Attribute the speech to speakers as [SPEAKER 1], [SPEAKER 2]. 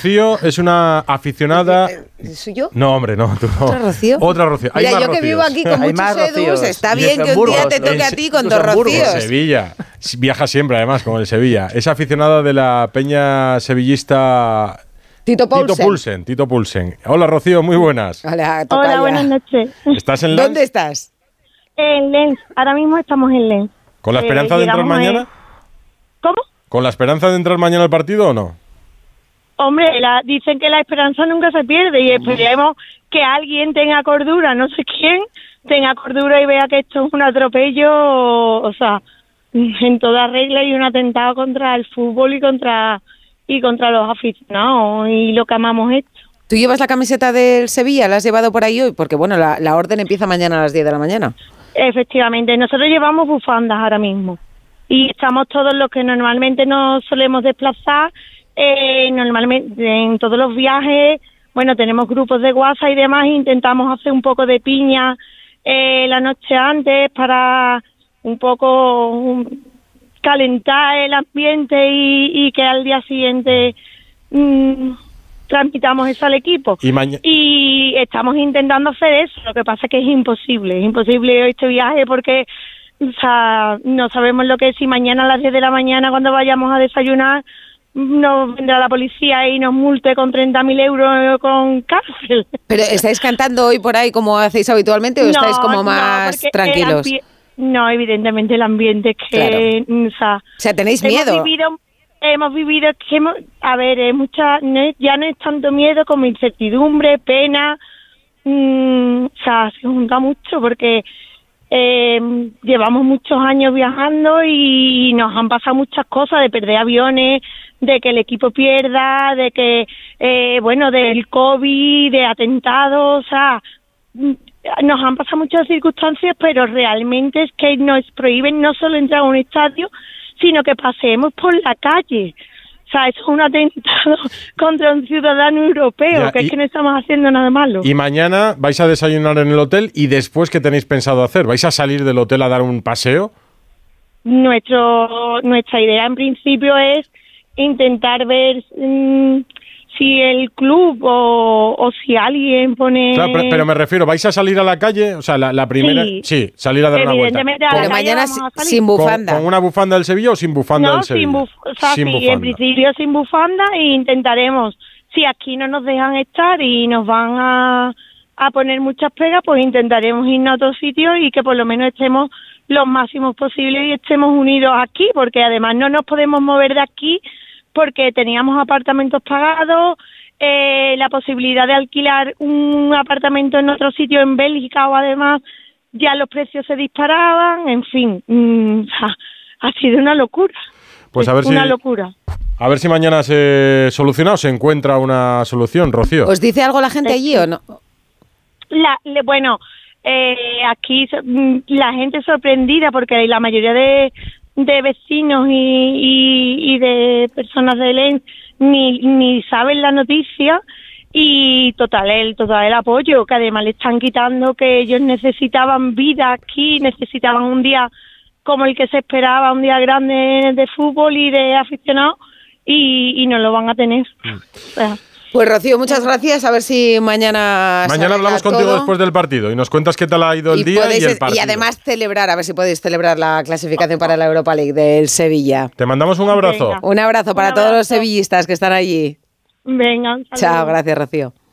[SPEAKER 1] Rocío es una aficionada.
[SPEAKER 2] Eh, ¿Soy yo?
[SPEAKER 1] No, hombre, no, tú no.
[SPEAKER 2] ¿Otra Rocío?
[SPEAKER 1] Otra Rocío. Hay
[SPEAKER 2] Mira, yo
[SPEAKER 1] más
[SPEAKER 2] que vivo
[SPEAKER 1] Rocíos.
[SPEAKER 2] aquí con
[SPEAKER 3] Hay
[SPEAKER 2] muchos
[SPEAKER 3] más
[SPEAKER 2] Edus,
[SPEAKER 3] Rocíos.
[SPEAKER 2] está bien que un día
[SPEAKER 3] Luxemburgo,
[SPEAKER 2] te toque a
[SPEAKER 3] en-
[SPEAKER 2] ti con dos
[SPEAKER 3] Luxemburgo,
[SPEAKER 1] En
[SPEAKER 2] Rocíos.
[SPEAKER 1] Sevilla. Viaja siempre, además, como el Sevilla. Es aficionada de la peña sevillista
[SPEAKER 2] Tito Paulsen.
[SPEAKER 1] Tito Pulsen. Tito Pulsen. Hola, Rocío, muy buenas.
[SPEAKER 2] Hola,
[SPEAKER 4] Hola,
[SPEAKER 2] tocaya.
[SPEAKER 4] buenas noches.
[SPEAKER 1] ¿Estás en Lens?
[SPEAKER 2] ¿Dónde estás?
[SPEAKER 4] En Lens, ahora mismo estamos en Lens.
[SPEAKER 1] ¿Con la
[SPEAKER 4] Eh,
[SPEAKER 1] esperanza de entrar
[SPEAKER 4] llegamos
[SPEAKER 1] mañana?
[SPEAKER 4] en- ¿Cómo?
[SPEAKER 1] ¿Con la esperanza de entrar mañana al partido o no?
[SPEAKER 4] Hombre, la- dicen que la esperanza nunca se pierde y esperemos que alguien tenga cordura, no sé quién, tenga cordura y vea que esto es un atropello, o sea, en toda regla y un atentado contra el fútbol y contra y contra los aficionados y lo que amamos esto.
[SPEAKER 2] ¿Tú llevas la camiseta del Sevilla? ¿La has llevado por ahí hoy? Porque, bueno, la, la orden empieza mañana a las 10 de la mañana.
[SPEAKER 4] Efectivamente, nosotros llevamos bufandas ahora mismo y estamos todos los que normalmente nos solemos desplazar, eh, normalmente en todos los viajes, bueno, tenemos grupos de WhatsApp y demás, e intentamos hacer un poco de piña eh, la noche antes para un poco um, calentar el ambiente y, y que al día siguiente mm, transmitamos eso al equipo.
[SPEAKER 1] Y mañana.
[SPEAKER 4] Y estamos intentando hacer eso, lo que pasa es que es imposible, es imposible este viaje porque o sea, no sabemos lo que es si mañana a las 10 de la mañana cuando vayamos a desayunar nos vendrá la policía y nos multe con 30.000 euros con cárcel.
[SPEAKER 2] ¿Pero estáis cantando hoy por ahí como hacéis habitualmente o estáis como
[SPEAKER 4] no,
[SPEAKER 2] más
[SPEAKER 4] porque el
[SPEAKER 2] tranquilos?
[SPEAKER 4] ambi- no, evidentemente el ambiente es que... O sea,
[SPEAKER 2] O sea, tenéis miedo.
[SPEAKER 4] Hemos vivido, hemos vivido es que hemos- a ver, es mucha, no es- ya no es tanto miedo como incertidumbre, pena, mm, o sea, se junta mucho porque eh, llevamos muchos años viajando y nos han pasado muchas cosas de perder aviones, de que el equipo pierda, de que, eh, bueno, del COVID, de atentados, o sea, Mm, nos han pasado muchas circunstancias, pero realmente es que nos prohíben no solo entrar a un estadio, sino que paseemos por la calle. O sea, eso es un atentado contra un ciudadano europeo,
[SPEAKER 1] Ya,
[SPEAKER 4] que
[SPEAKER 1] y-
[SPEAKER 4] es que no estamos haciendo nada malo.
[SPEAKER 1] Y mañana vais a desayunar en el hotel y después, ¿qué tenéis pensado hacer? ¿Vais a salir del hotel a dar un paseo?
[SPEAKER 4] Nuestro, nuestra idea en principio es intentar ver mm, si el club o, o si alguien pone...
[SPEAKER 1] Claro, pero, pero me refiero, ¿vais a salir a la calle? O sea, la, la primera. Sí,
[SPEAKER 4] Sí.
[SPEAKER 1] salir a dar una vuelta.
[SPEAKER 4] Evidentemente a la
[SPEAKER 2] Pero
[SPEAKER 4] calle
[SPEAKER 2] mañana
[SPEAKER 4] vamos a
[SPEAKER 2] si-
[SPEAKER 4] salir.
[SPEAKER 2] sin
[SPEAKER 1] ¿Con-
[SPEAKER 2] bufanda.
[SPEAKER 1] ¿Con una bufanda del Sevilla o sin bufanda
[SPEAKER 4] No,
[SPEAKER 1] del Sevilla?
[SPEAKER 4] sin, buf- o sea,
[SPEAKER 1] Sin
[SPEAKER 4] sí, en
[SPEAKER 1] bufanda.
[SPEAKER 4] principio sin bufanda e intentaremos, si aquí no nos dejan estar y nos van a, a poner muchas pegas, pues intentaremos irnos a otro sitio y que por lo menos estemos los máximos posibles y estemos unidos aquí, porque además no nos podemos mover de aquí porque teníamos apartamentos pagados, eh, la posibilidad de alquilar un apartamento en otro sitio en Bélgica o además ya los precios se disparaban, en fin, mm, ha sido una locura.
[SPEAKER 1] Pues a ver,
[SPEAKER 4] Es una
[SPEAKER 1] si,
[SPEAKER 4] locura.
[SPEAKER 1] a ver si mañana se soluciona o se encuentra una solución, Rocío.
[SPEAKER 2] ¿Os dice algo la gente allí o no?
[SPEAKER 4] La, le- bueno, eh, aquí so- mm, la gente sorprendida porque la mayoría de, de vecinos y, y- y de personas de Lens ni, ni saben la noticia y total el total el apoyo que además le están quitando que ellos necesitaban vida aquí necesitaban un día como el que se esperaba un día grande de fútbol y de aficionados y, y no lo van a tener O sea,
[SPEAKER 2] Pues Rocío, muchas gracias. A ver si mañana. se
[SPEAKER 1] Mañana
[SPEAKER 2] arregla
[SPEAKER 1] hablamos contigo
[SPEAKER 2] todo.
[SPEAKER 1] después del partido y nos cuentas qué tal ha ido el
[SPEAKER 2] Y
[SPEAKER 1] día y
[SPEAKER 2] podéis-
[SPEAKER 1] el partido.
[SPEAKER 2] además celebrar, a ver si podéis celebrar la clasificación para la Europa League del Sevilla.
[SPEAKER 1] Te mandamos un abrazo.
[SPEAKER 4] Venga.
[SPEAKER 2] Un abrazo para
[SPEAKER 4] Un
[SPEAKER 2] todos los
[SPEAKER 4] abrazo.
[SPEAKER 2] sevillistas que están allí.
[SPEAKER 4] venga un
[SPEAKER 2] Chao,
[SPEAKER 4] saludo.
[SPEAKER 2] gracias Rocío.